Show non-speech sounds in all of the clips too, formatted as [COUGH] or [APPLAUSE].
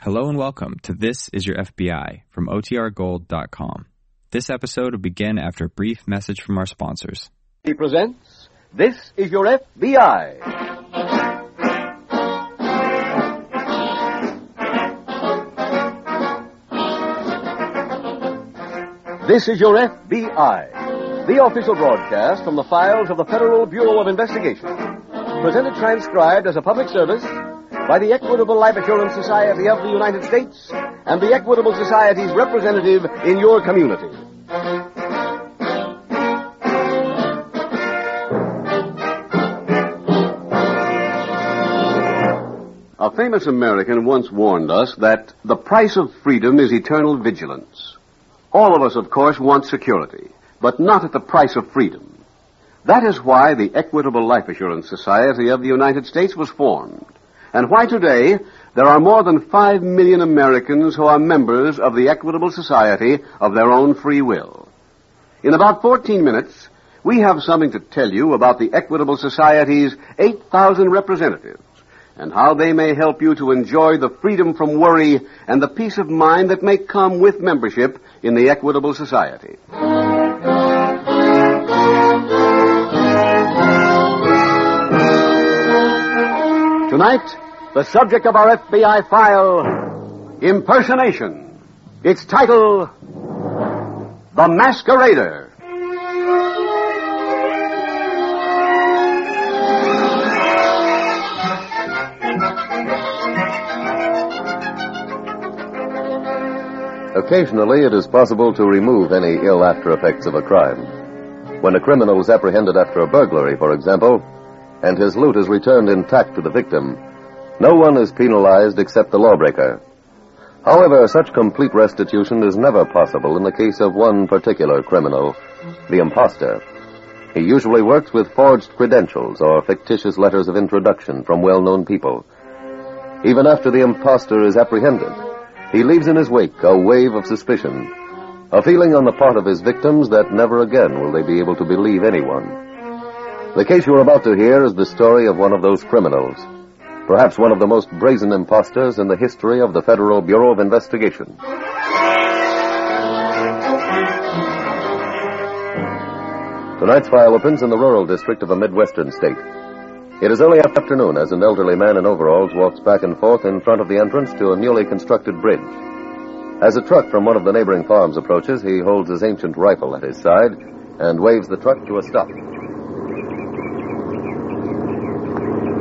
Hello and welcome to This Is Your FBI from OTRGold.com. This episode will begin after a brief message from our sponsors. He presents This is Your FBI. This is Your FBI, the official broadcast from the files of the Federal Bureau of Investigation. Presented transcribed as a public service by the Equitable Life Assurance Society of the United States and the Equitable Society's representative in your community. A famous American once warned us that the price of freedom is eternal vigilance. All of us, of course, want security, but not at the price of freedom. That is why the Equitable Life Assurance Society of the United States was formed, and why today there are more than five million Americans who are members of the Equitable Society of their own free will. In about 14 minutes, we have something to tell you about the Equitable Society's 8,000 representatives and how they may help you to enjoy the freedom from worry and the peace of mind that may come with membership in the Equitable Society. Tonight, the subject of our FBI file impersonation. Its title The Masquerader. Occasionally, it is possible to remove any ill after effects of a crime. When a criminal is apprehended after a burglary, for example, and his loot is returned intact to the victim, no one is penalized except the lawbreaker. However, such complete restitution is never possible in the case of one particular criminal, the imposter. He usually works with forged credentials or fictitious letters of introduction from well-known people. Even after the impostor is apprehended, he leaves in his wake a wave of suspicion, a feeling on the part of his victims that never again will they be able to believe anyone. The case you are about to hear is the story of one of those criminals, perhaps one of the most brazen impostors in the history of the Federal Bureau of Investigation. Tonight's file opens in the rural district of a Midwestern state. It is early afternoon as an elderly man in overalls walks back and forth in front of the entrance to a newly constructed bridge. As a truck from one of the neighboring farms approaches, he holds his ancient rifle at his side and waves the truck to a stop.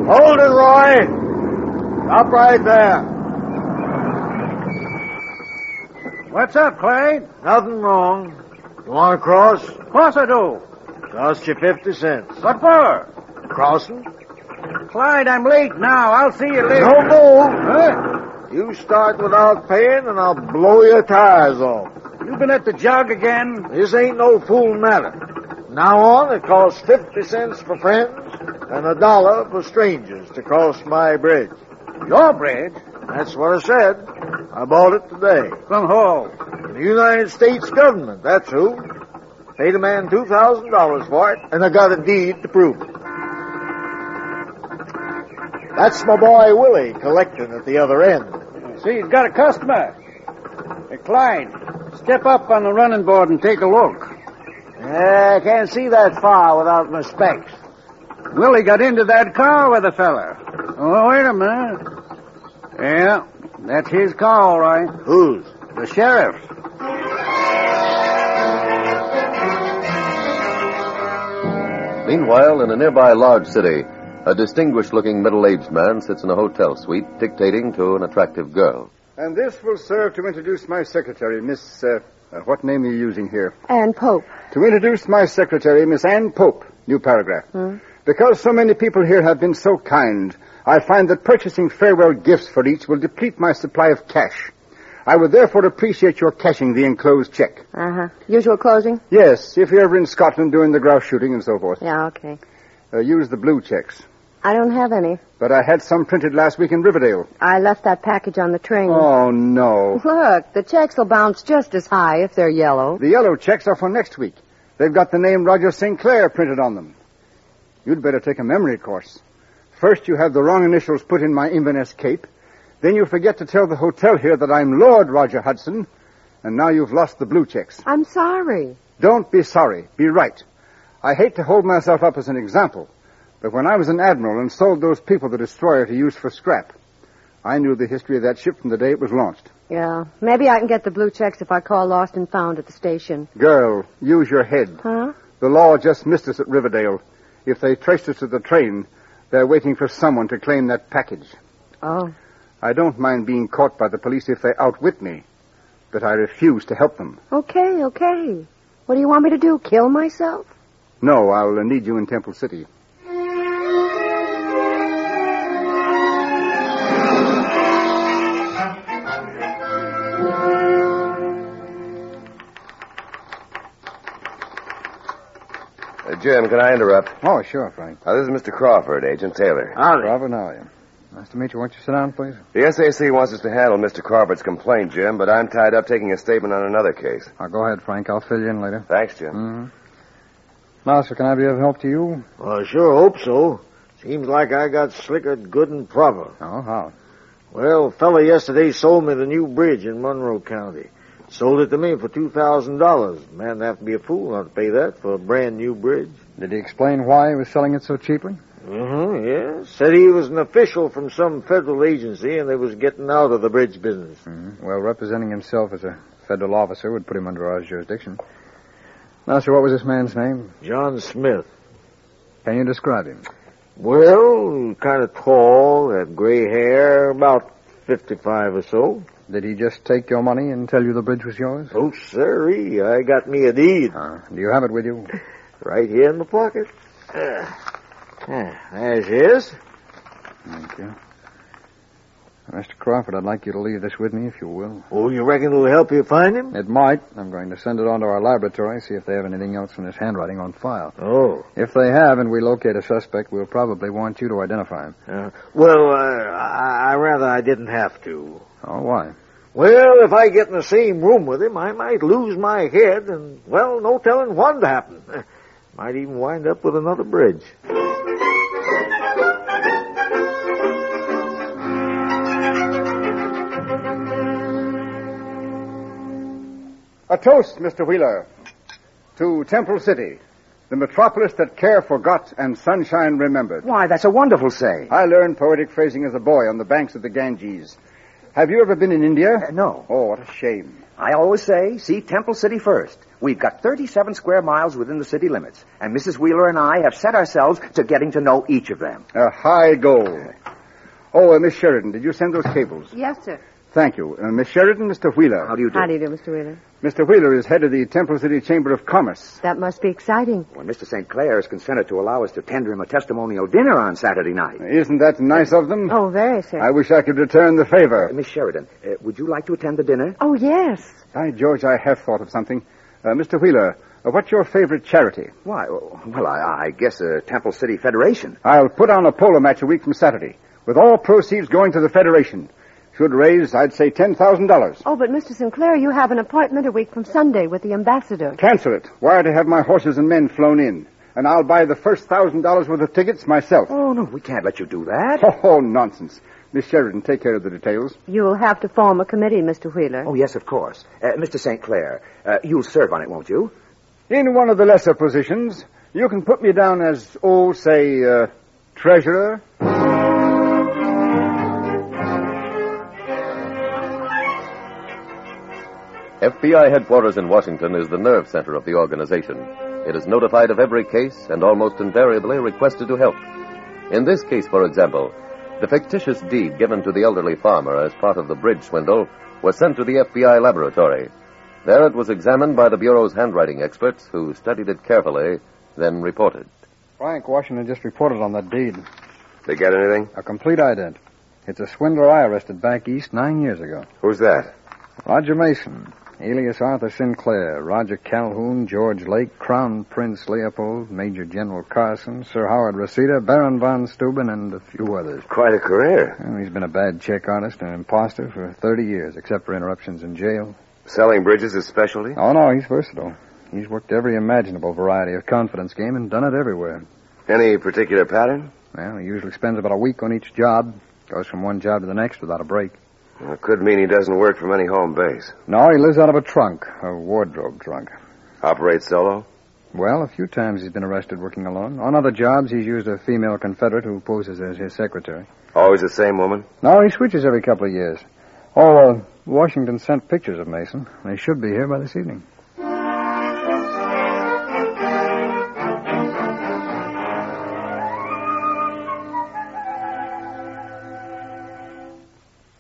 Hold it, Roy! Stop right there. What's up, Clay? Nothing wrong. You want to cross? Of course I do. Cost you 50 cents. What for? Crossing. Clyde, I'm late now. I'll see you later. No more. Huh? You start without paying, and I'll blow your tires off. You been at the jug again? This ain't no fool matter. Now on, it costs 50 cents for friends and a dollar for strangers to cross my bridge. Your bridge? That's what I said. I bought it today. From who? The United States government, that's who. Paid a man $2,000 for it, and I got a deed to prove it. That's my boy Willie collecting at the other end. See, he's got a customer. Hey, Clyde, step up on the running board and take a look. I can't see that far without my specs. Willie got into that car with a fella. Oh, wait a minute. Yeah, that's his car, all right. Whose? The sheriff's. Meanwhile, in a nearby large city, a distinguished looking middle aged man sits in a hotel suite dictating to an attractive girl. And this will serve to introduce my secretary, Miss. Uh, uh, what name are you using here? Ann Pope. To introduce my secretary, Miss Ann Pope. New paragraph. Because so many people here have been so kind, I find that purchasing farewell gifts for each will deplete my supply of cash. I would therefore appreciate your cashing the enclosed check. Uh huh. Usual closing? Yes, if you're ever in Scotland doing the grouse shooting and so forth, Yeah, okay. uh, use the blue checks. I don't have any. But I had some printed last week in Riverdale. I left that package on the train. Oh, no. Look, the checks will bounce just as high if they're yellow. The yellow checks are for next week. They've got the name Roger Sinclair printed on them. You'd better take a memory course. First, you have the wrong initials put in my Inverness cape. Then you forget to tell the hotel here that I'm Lord Roger Hudson, and now you've lost the blue checks. I'm sorry. Don't be sorry. Be right. I hate to hold myself up as an example, but when I was an admiral and sold those people the destroyer to use for scrap, I knew the history of that ship from the day it was launched. Yeah. Maybe I can get the blue checks if I call Lost and Found at the station. Girl, use your head. Huh? The law just missed us at Riverdale. If they traced us to the train, they're waiting for someone to claim that package. Oh. I don't mind being caught by the police if they outwit me, but I refuse to help them. Okay, okay. What do you want me to do? Kill myself? No, I'll uh, need you in Temple City. Uh, Jim, can I interrupt? Oh, sure, Frank. Uh, this is Mr. Crawford, Agent Taylor. Howdy. Robin, how are you? Nice to meet you. Won't you sit down, please? The SAC wants us to handle Mr. Crawford's complaint, Jim, but I'm tied up taking a statement on another case. Oh, go ahead, Frank. I'll fill you in later. Thanks, Jim. Mm-hmm. Now, sir, can I be of help to you? Well, I sure hope so. Seems like I got slickered good and proper. Oh, how? Well, fella yesterday sold me the new bridge in Monroe County. Sold it to me for $2,000. Man'd have to be a fool not to pay that for a brand new bridge. Did he explain why he was selling it so cheaply? Mm-hmm, yeah. Said he was an official from some federal agency and they was getting out of the bridge business. Mm-hmm. Well, representing himself as a federal officer would put him under our jurisdiction. Now, sir, what was this man's name? John Smith. Can you describe him? Well, kind of tall, had gray hair, about 55 or so. Did he just take your money and tell you the bridge was yours? Oh, sirree, I got me a deed Uh, do you have it with you? [LAUGHS] right here in my pocket. Uh, Hmm. there she is. Thank you. Mr. Crawford, I'd like you to leave this with me, if you will. Oh, you reckon it'll help you find him? It might. I'm going to send it on to our laboratory, see if they have anything else in his handwriting on file. Oh. If they have and we locate a suspect, we'll probably want you to identify him. Uh, well, uh, I, I rather I didn't have to. Oh, why? Well, if I get in the same room with him, I might lose my head and, well, no telling what'd happen. [LAUGHS] Might even wind up with another bridge. A toast, Mr. Wheeler, to Temple City, the metropolis that care forgot and sunshine remembered. Why, that's a wonderful say. I learned poetic phrasing as a boy on the banks of the Ganges. Have you ever been in India? Uh, no. Oh, what a shame. I always say, see Temple City first. We've got 37 square miles within the city limits, and Mrs. Wheeler and I have set ourselves to getting to know each of them. A high goal. Oh, uh, Miss Sheridan, did you send those cables? Yes, sir. Thank you. Uh, Miss Sheridan, Mr. Wheeler. How do you do? How do you do, Mr. Wheeler? Mr. Wheeler is head of the Temple City Chamber of Commerce. That must be exciting. Well, Mr. St. Clair has consented to allow us to tender him a testimonial dinner on Saturday night. Isn't that nice of them? Oh, very, sir. I wish I could return the favor. Miss Sheridan, uh, would you like to attend the dinner? Oh, yes. By George, I have thought of something. Uh, Mr. Wheeler, uh, what's your favorite charity? Why? oh, Well, I, I guess uh, Temple City Federation. I'll put on a polo match a week from Saturday, with all proceeds going to the Federation. Should raise, I'd say, $10,000. Oh, but Mr. Sinclair, you have an appointment a week from Sunday with the ambassador. Cancel it. Wire to have my horses and men flown in. And I'll buy the first $1,000 worth of tickets myself. Oh, no, we can't let you do that. [LAUGHS] Oh, nonsense. Miss Sheridan, take care of the details. You'll have to form a committee, Mr. Wheeler. Oh, yes, of course. Uh, Mr. St. Clair, uh, you'll serve on it, won't you? In one of the lesser positions, you can put me down as, oh, say, uh, treasurer. FBI headquarters in Washington is the nerve center of the organization. It is notified of every case and almost invariably requested to help. In this case, for example, the fictitious deed given to the elderly farmer as part of the bridge swindle was sent to the FBI laboratory. There it was examined by the Bureau's handwriting experts who studied it carefully, then reported. Frank Washington just reported on that deed. They get anything? A complete ident. It's a swindler I arrested back east nine years ago. Who's that? Roger Mason, alias Arthur Sinclair, Roger Calhoun, George Lake, Crown Prince Leopold, Major General Carson, Sir Howard Reseda, Baron von Steuben, and a few others. Quite a career. Well, he's been a bad check artist and an imposter for 30 years, except for interruptions in jail. Selling bridges is specialty? Oh, no, he's versatile. He's worked every imaginable variety of confidence game and done it everywhere. Any particular pattern? Well, he usually spends about a week on each job, Goes from one job to the next without a break. Uh, Well, it could mean he doesn't work from any home base. No, he lives out of a trunk, a wardrobe trunk. Operates solo? Well, a few times he's been arrested working alone. On other jobs, he's used a female confederate who poses as his secretary. Always the same woman? No, he switches every couple of years. Oh, uh, Washington sent pictures of Mason. They should be here by this evening.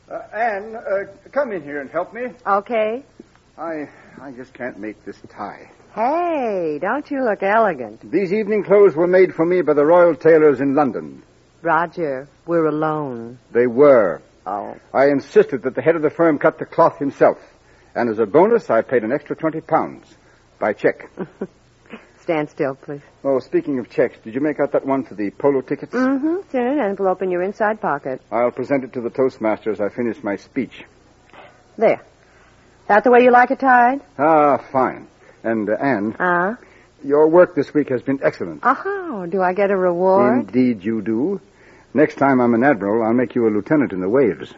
Uh, Anne, uh, come in here and help me. Okay. I I just can't make this tie. Hey, don't you look elegant. These evening clothes were made for me by the Royal Tailors in London. Roger, we're alone. They were. Oh. I insisted that the head of the firm cut the cloth himself. And as a bonus, I paid an extra 20 pounds by check. [LAUGHS] Stand still, please. Oh, speaking of checks, did you make out that one for the polo tickets? Mm-hmm. It's in an envelope in your inside pocket. I'll present it to the Toastmaster as I finish my speech. There. That the way you like it tied? Ah, fine. And, uh, Anne, Uh-huh. your work this week has been excellent. Oh, do I get a reward? Indeed, you do. Next time I'm an admiral, I'll make you a lieutenant in the waves.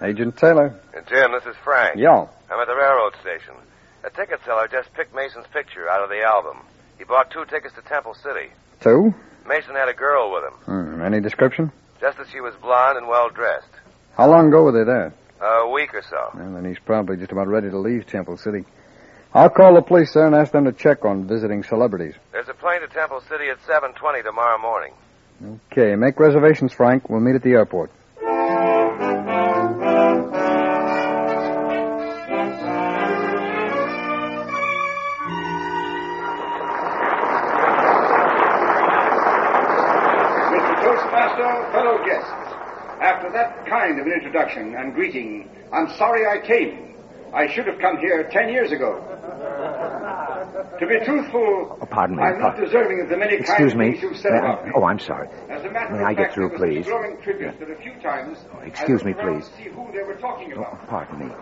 Agent Taylor. Uh, Jim, this is Frank. Yo. I'm at the railroad station. A ticket seller just picked Mason's picture out of the album. He bought two tickets to Temple City. Two? Mason had a girl with him, Hmm, any description? just as she was blonde and well dressed. How long ago were they there? A week or so. Well, then he's probably just about ready to leave Temple City. I'll call the police there and ask them to check on visiting celebrities. There's a plane to Temple City at 7:20 tomorrow morning. Okay, make reservations, Frank. We'll meet at the airport. Mr. Toastmaster, fellow guests, after that kind of an introduction and greeting, I'm sorry I came. I should have come here ten years ago. To be truthful, Oh, pardon me, I'm not pardon- deserving of the many Excuse kind me. things you've said about me. Oh, I'm sorry. As a matter May of I get fact, through, there was please? such glowing tributes that a few times I excuse me, looked around please. to see who they were talking Oh, about. pardon me.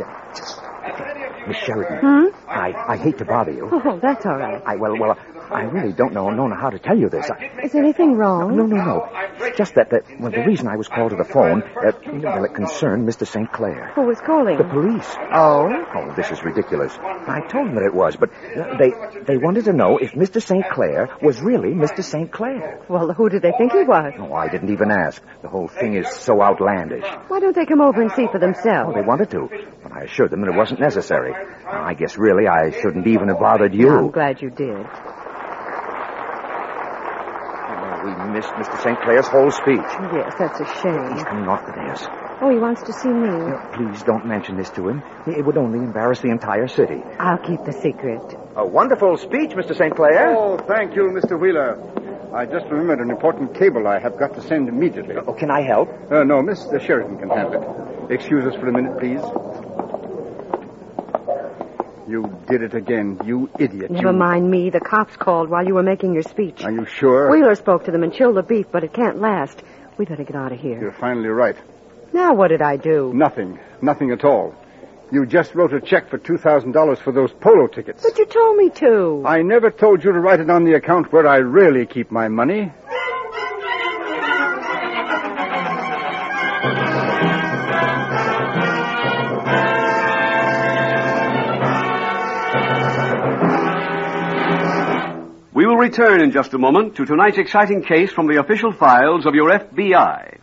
Yeah, Just, As many of you Miss have Sheridan. heard, Hmm? I- I hate to bother you. Oh, that's all right. I well, well, I really don't know, know how to tell you this. I, Is anything wrong? No, no, no. Just that, that well, the reason I was called to the phone, uh, well, it concerned Mr. St. Clair. Who was calling? The police. Oh? Oh, this is ridiculous. I told them that it was, but uh, they they wanted to know if Mr. St. Clair was really Mr. St. Clair. Well, who did they think he was? No, I didn't even ask. The whole thing is so outlandish. Why don't they come over and see for Oh, themselves? they wanted to, but I assured them that it wasn't necessary. I guess really I shouldn't even have bothered you. I'm glad you did. Oh, we missed Mr. St. Clair's whole speech. Yes, that's a He's shame. coming off the dance. Oh, he wants to see me. Please don't mention this to him. It would only embarrass the entire city. I'll keep the secret. A wonderful speech, Mr. St. Clair. Oh, thank you, Mr. Wheeler. I just remembered an important cable I have got to send immediately. Oh, can I help? Uh, no, Mr. Sheridan can handle it. Excuse us for a minute, please. You did it again, you idiot. Never you... mind me. The cops called while you were making your speech. Are you sure? Wheeler spoke to them and chilled the beef, but it can't last. We better get out of here. You're finally right. Now, what did I do? Nothing. Nothing at all. You just wrote a check for $2,000 for those polo tickets. But you told me to. I never told you to write it on the account where I really keep my money. We will return in just a moment to tonight's exciting case from the official files of your FBI.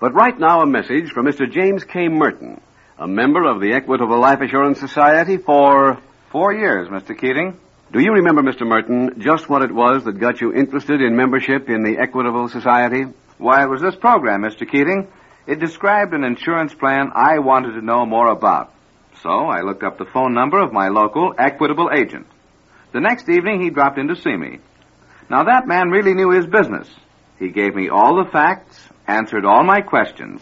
But right now, a message from Mr. James K. Merton, a member of the Equitable Life Assurance Society for four years, Mr. Keating. Do you remember, Mr. Merton, just what it was that got you interested in membership in the Equitable Society? Why, it was this program, Mr. Keating. It described an insurance plan I wanted to know more about. So I looked up the phone number of my local Equitable agent. The next evening, he dropped in to see me. Now, that man really knew his business. He gave me all the facts, answered all my questions.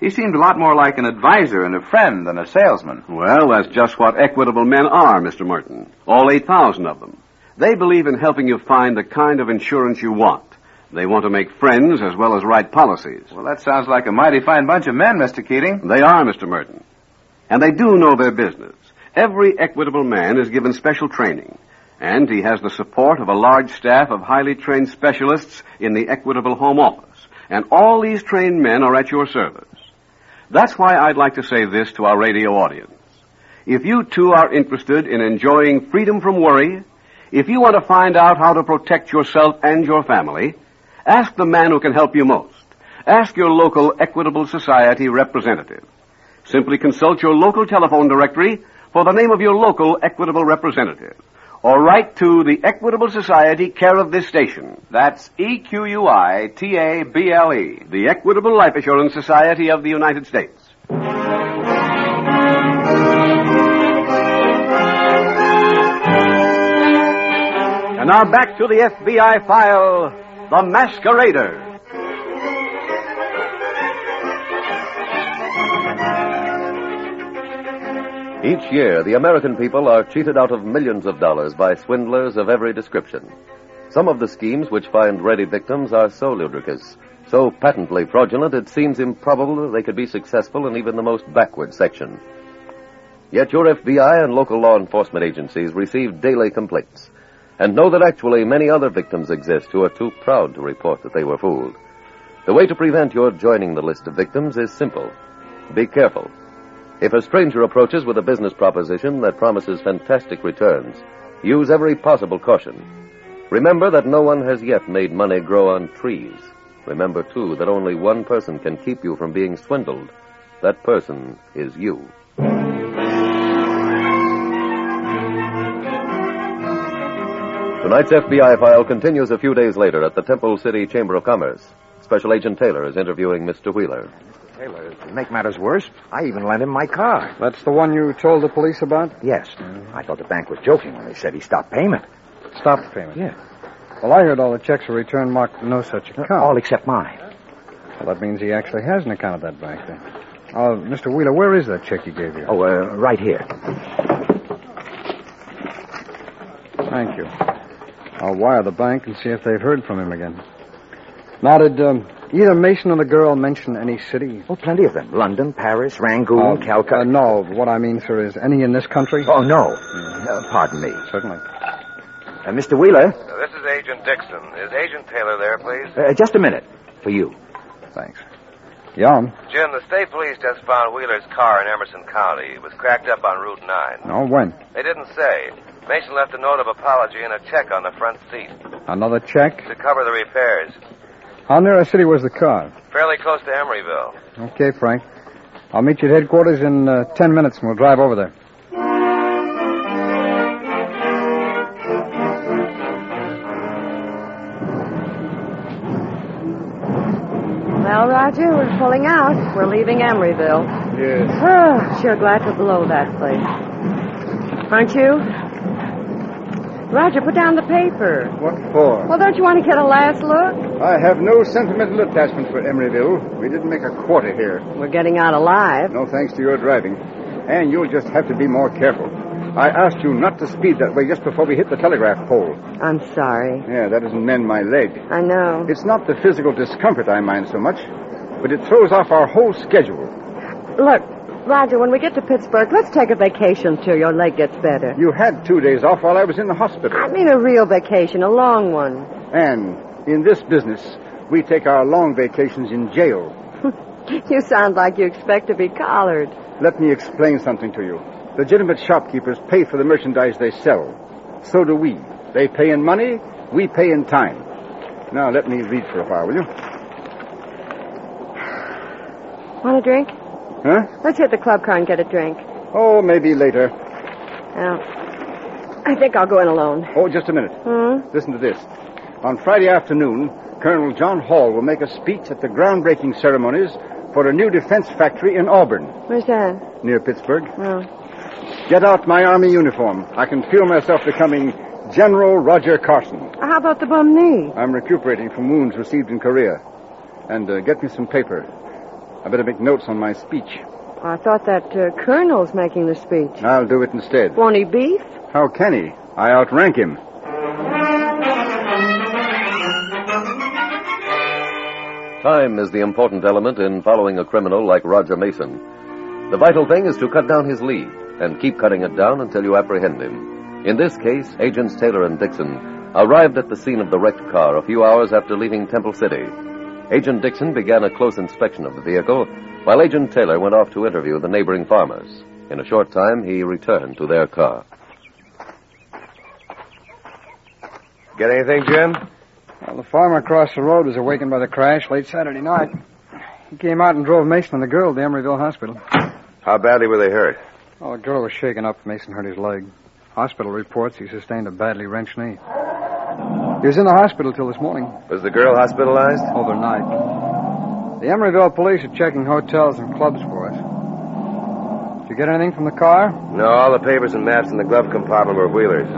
He seemed a lot more like an advisor and a friend than a salesman. Well, that's just what equitable men are, Mr. Merton. All 8,000 of them. They believe in helping you find the kind of insurance you want. They want to make friends as well as write policies. Well, that sounds like a mighty fine bunch of men, Mr. Keating. They are, Mr. Merton. And they do know their business. Every equitable man is given special training, and he has the support of a large staff of highly trained specialists in the Equitable Home Office. And all these trained men are at your service. That's why I'd like to say this to our radio audience. If you too are interested in enjoying freedom from worry, if you want to find out how to protect yourself and your family, ask the man who can help you most. Ask your local Equitable Society representative. Simply consult your local telephone directory for the name of your local Equitable representative. Or write to the Equitable Society, care of this station. That's E Q U I T A B L E, the Equitable Life Assurance Society of the United States. And now back to the FBI file The Masquerader. Each year, the American people are cheated out of millions of dollars by swindlers of every description. Some of the schemes which find ready victims are so ludicrous, so patently fraudulent, it seems improbable that they could be successful in even the most backward section. Yet your FBI and local law enforcement agencies receive daily complaints and know that actually many other victims exist who are too proud to report that they were fooled. The way to prevent your joining the list of victims is simple. Be careful. If a stranger approaches with a business proposition that promises fantastic returns, use every possible caution. Remember that no one has yet made money grow on trees. Remember, too, that only one person can keep you from being swindled. That person is you. Tonight's FBI file continues a few days later at the Temple City Chamber of Commerce. Special Agent Taylor is interviewing Mr. Wheeler. Taylor, to make matters worse, I even lent him my car. That's the one you told the police about? Yes. I thought the bank was joking when they said he stopped payment. Stop payment. Yeah. Well, I heard all the checks were returned marked no such account. All except mine. Well, that means he actually has an account at that bank then. Oh, Mr. Wheeler, where is that check you gave you? Oh, uh, right here. Thank you. I'll wire the bank and see if they've heard from him again. Now, did um, either Mason or the girl mention any city? Oh, plenty of them. London, Paris, Rangoon, Oh, Calcutta. Uh, no, what I mean, sir, is any in this country? Oh, no. Uh, pardon me. Certainly. Uh, Mr. Wheeler, Uh, This is Agent Dixon. Is Agent Taylor there, please? uh, just a minute. For you. Thanks. Yum. Jim, the state police just found Wheeler's car in Emerson County. It was cracked up on Route 9. Oh, when? They didn't say. Mason left a note of apology and a check on the front seat Another check? to cover the repairs. How near a city was the car? Fairly close to Emeryville. Okay, Frank. I'll meet you at headquarters in uh, ten minutes, and we'll drive over there. Well, Roger, we're pulling out. We're leaving Emeryville. Yes. Oh, sure glad to blow that place. Aren't you? Roger, put down the paper. What for? Well, don't you want to get a last look? I have no sentimental attachment for Emeryville. We didn't make a quarter here. We're getting out alive. No thanks to your driving. And you'll just have to be more careful. I asked you not to speed that way just before we hit the telegraph pole. I'm sorry. Yeah, that doesn't mend my leg. I know. It's not the physical discomfort I mind so much, but it throws off our whole schedule. Look, Roger, when we get to Pittsburgh, let's take a vacation till your leg gets better. You had two days off while I was in the hospital. I mean a real vacation, a long one. And in this business, we take our long vacations in jail. You sound like you expect to be collared. Let me explain something to you. Legitimate shopkeepers pay for the merchandise they sell. So do we. They pay in money, we pay in time. Now, let me read for a while, will you? Want a drink? Huh? Let's hit the club car and get a drink. Oh, Oh, maybe later. Now, I think I'll go in alone. Oh, just a minute. Hmm? Listen to this. On Friday afternoon, Colonel John Hall will make a speech at the groundbreaking ceremonies for a new defense factory in Auburn, Where's that? near Pittsburgh. Oh. Get out my army uniform. I can feel myself becoming General Roger Carson. How about the bum knee? I'm recuperating from wounds received in Korea. And uh, get me some paper. I better make notes on my speech. I thought that uh, colonel's making the speech. I'll do it instead. Won't he beef? How can he? I outrank him. Time is the important element in following a criminal like Roger Mason. The vital thing is to cut down his lead and keep cutting it down until you apprehend him. In this case, agents Taylor and Dixon arrived at the scene of the wrecked car a few hours after leaving Temple City. Agent Dixon began a close inspection of the vehicle, while Agent Taylor went off to interview the neighboring farmers. In a short time, he returned to their car. Get anything, Jim? Well, the farmer across the road was awakened by the crash late Saturday night. He came out and drove Mason and the girl to Emeryville Hospital. How badly were they hurt? Well, the girl was shaken up. Mason hurt his leg. Hospital reports he sustained a badly wrenched knee. He was in the hospital till this morning, Was the girl hospitalized? overnight. The Emeryville police are checking hotels and clubs for us. Did you get anything from the car? No, all the papers and maps in the glove compartment were Wheeler's.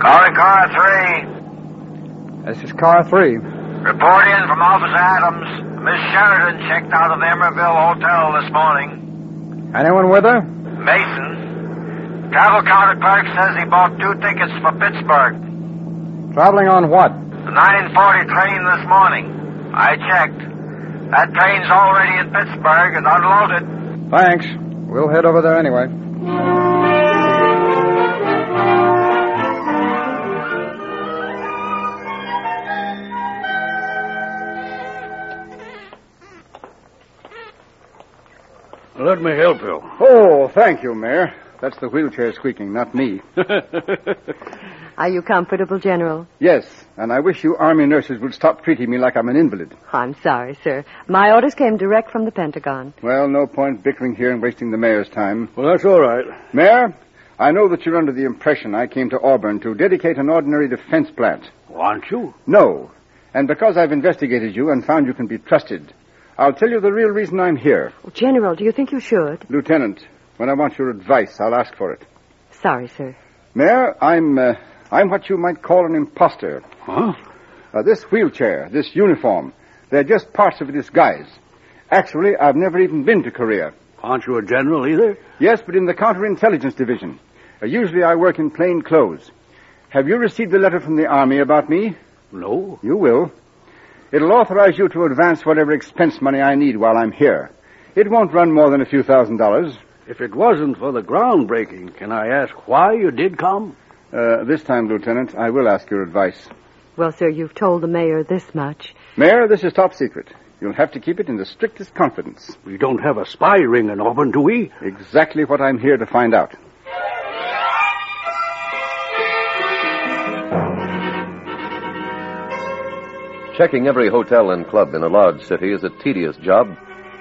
Calling car three. This is car three. Uh-huh. Report in from Office Adams. Miss Sheridan checked out of the Emerville Hotel this morning. Anyone with her? Mason. Travel counter clerk says he bought two tickets for Pittsburgh. Traveling on what? The 940 train this morning. I checked. That train's already in Pittsburgh and unloaded. Thanks. We'll head over there anyway. Let me help you. Oh, thank you, Mayor. That's the wheelchair squeaking, [LAUGHS] not me. Are you comfortable, General? Yes, and I wish you army nurses would stop treating me like I'm an invalid. I'm sorry, sir. My orders came direct from the Pentagon. Well, no point bickering here and wasting the mayor's time. well, that's all right. Mayor, I know that you're under the impression I came to Auburn to dedicate an ordinary defense plant. Want you? No. And because I've investigated you and found you can be trusted, I'll tell you the real reason I'm here. Oh, General, do you think you should? Lieutenant, when I want your advice, I'll ask for it. Sorry, sir. Mayor, I'm, uh, I'm what you might call an imposter. Huh? Uh, this wheelchair, this uniform, they're just parts of a disguise. Actually, I've never even been to Korea. Aren't you a general either? Yes, but in the counterintelligence division. Uh, usually I work in plain clothes. Have you received the letter from the Army about me? No. You will. It'll authorize you to advance whatever expense money I need while I'm here. It won't run more than a few thousand dollars. If it wasn't for the groundbreaking, can I ask why you did come? Uh, this time, Lieutenant, I will ask your advice. Well, sir, you've told the mayor this much. Mayor, this is top secret. You'll have to keep it in the strictest confidence. We don't have a spy ring in Auburn, do we? Exactly what I'm here to find out. Checking every hotel and club in a large city is a tedious job,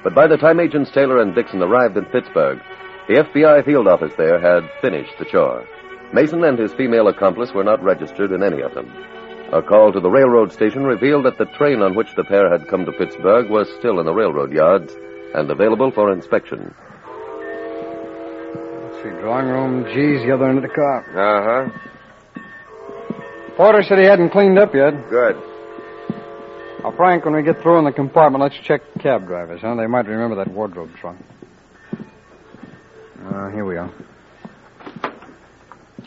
but by the time agents Taylor and Dixon arrived in Pittsburgh, the FBI field office there had finished the chore. Mason and his female accomplice were not registered in any of them. A call to the railroad station revealed that the train on which the pair had come to Pittsburgh was still in the railroad yards and available for inspection. Let's see, drawing room G's the other end of the car. Uh Porter said he hadn't cleaned up yet. huh. Good. Now, Frank, when we get through in the compartment, let's check cab drivers, huh? They might remember that wardrobe trunk. Uh, here we are.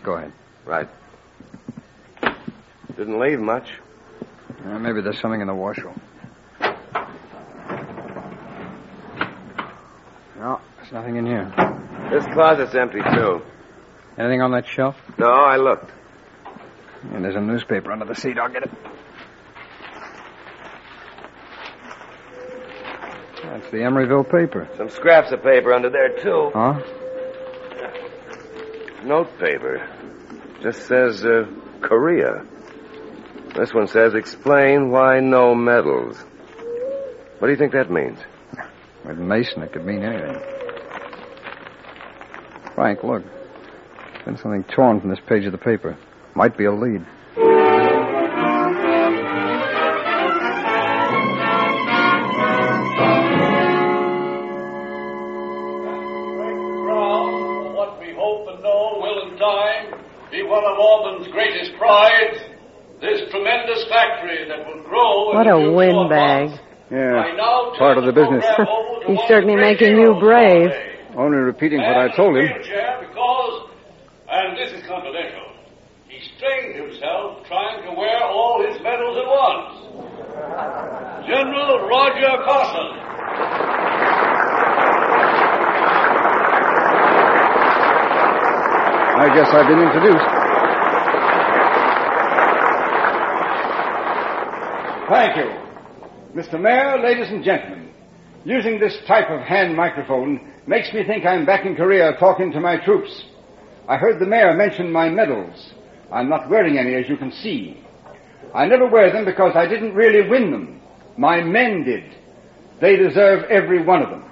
Go ahead. Right. Didn't leave much. Uh, maybe there's something in the washroom. No, there's nothing in here. This closet's empty, too. Anything on that shelf? No, I looked. Yeah, there's a newspaper under the seat. I'll get it. That's the Emeryville paper. Some scraps of paper under there, too. Huh? Note paper. Just says, uh, Korea. This one says, explain why no medals. What do you think that means? With Mason, it could mean anything. Frank, look. There's been something torn from this page of the paper. Might be a lead. Crown, what we hope and know will in time be one of Auburn's greatest prides. This tremendous factory that will grow. in What a the future of windbag. [LAUGHS] us. I Yeah. now turn Part of the business. program over to He's one certainly great making hero you brave. of our day. Only repeating what I And told the him. wheelchair Because, and this is confidential, he strained himself trying to wear all his medals at once. General Roger Carson. I guess I've been introduced. Thank you. Mr. Mayor, ladies and gentlemen, using this type of hand microphone makes me think I'm back in Korea talking to my troops. I heard the mayor mention my medals. I'm not wearing any, as you can see. I never wear them because I didn't really win them. My men did. They deserve every one of them.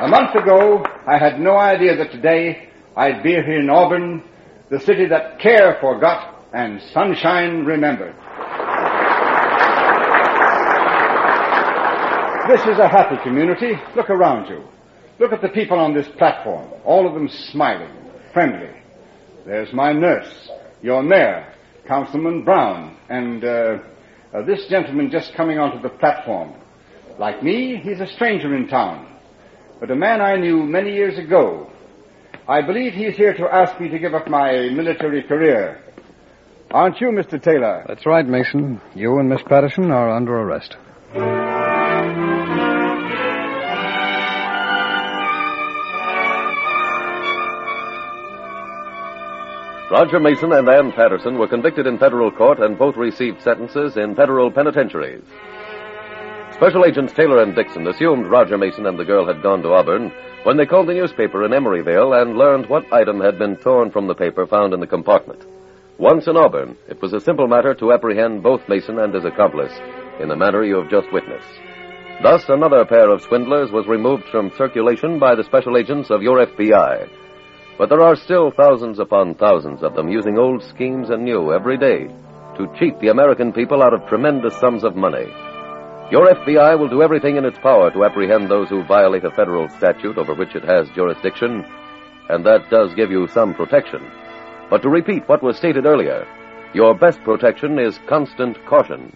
A month ago, I had no idea that today I'd be here in Auburn, the city that care forgot and sunshine remembered. This is a happy community. Look around you. Look at the people on this platform, all of them smiling, friendly. There's my nurse, your mayor, Councilman Brown, and uh, uh, this gentleman just coming onto the platform. Like me, he's a stranger in town, but a man I knew many years ago. I believe he's here to ask me to give up my military career. Aren't you, Mr. Taylor? That's right, Mason. You and Miss Patterson are under arrest. Roger Mason and Ann Patterson were convicted in federal court and both received sentences in federal penitentiaries. Special agents Taylor and Dixon assumed Roger Mason and the girl had gone to Auburn when they called the newspaper in Emeryville and learned what item had been torn from the paper found in the compartment. Once in Auburn, it was a simple matter to apprehend both Mason and his accomplice in the manner you have just witnessed. Thus, another pair of swindlers was removed from circulation by the special agents of your FBI. But there are still thousands upon thousands of them using old schemes and new every day to cheat the American people out of tremendous sums of money. Your FBI will do everything in its power to apprehend those who violate a federal statute over which it has jurisdiction, and that does give you some protection. But to repeat what was stated earlier, your best protection is constant caution.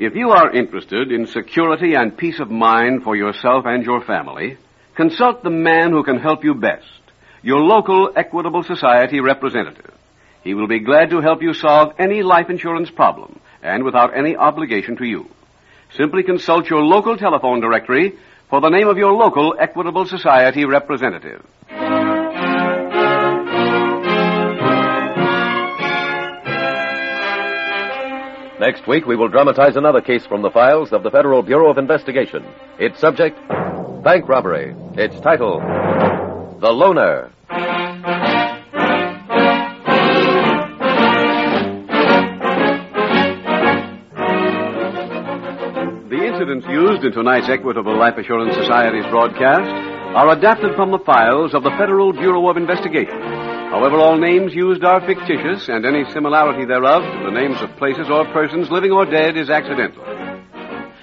If you are interested in security and peace of mind for yourself and your family, consult the man who can help you best, your local Equitable Society representative. He will be glad to help you solve any life insurance problem and without any obligation to you. Simply consult your local telephone directory for the name of your local Equitable Society representative. Next week, we will dramatize another case from the files of the Federal Bureau of Investigation. Its subject, bank robbery. Its title, The Loner. The incidents used in tonight's Equitable Life Assurance Society's broadcast are adapted from the files of the Federal Bureau of Investigation. However, all names used are fictitious, and any similarity thereof to the names of places or persons living or dead is accidental.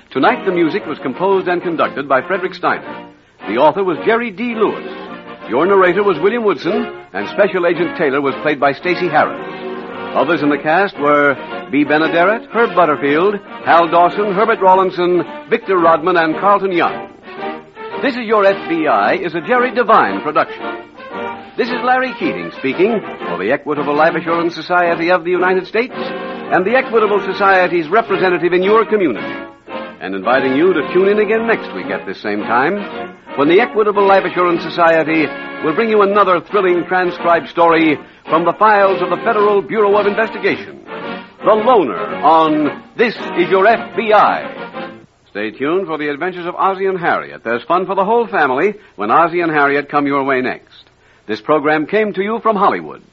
Tonight, the music was composed and conducted by Frederick Steiner. The author was Jerry D. Lewis. Your narrator was William Woodson, and Special Agent Taylor was played by Stacy Harris. Others in the cast were B. Benaderet, Herb Butterfield, Hal Dawson, Herbert Rawlinson, Victor Rodman, and Carlton Young. This is Your FBI is a Jerry Devine production. This is Larry Keating speaking for the Equitable Life Assurance Society of the United States and the Equitable Society's representative in your community, and inviting you to tune in again next week at this same time when the Equitable Life Assurance Society will bring you another thrilling transcribed story from the files of the Federal Bureau of Investigation. The Loner on This Is Your FBI. Stay tuned for the adventures of Ozzie and Harriet. There's fun for the whole family when Ozzie and Harriet come your way next. This program came to you from Hollywood.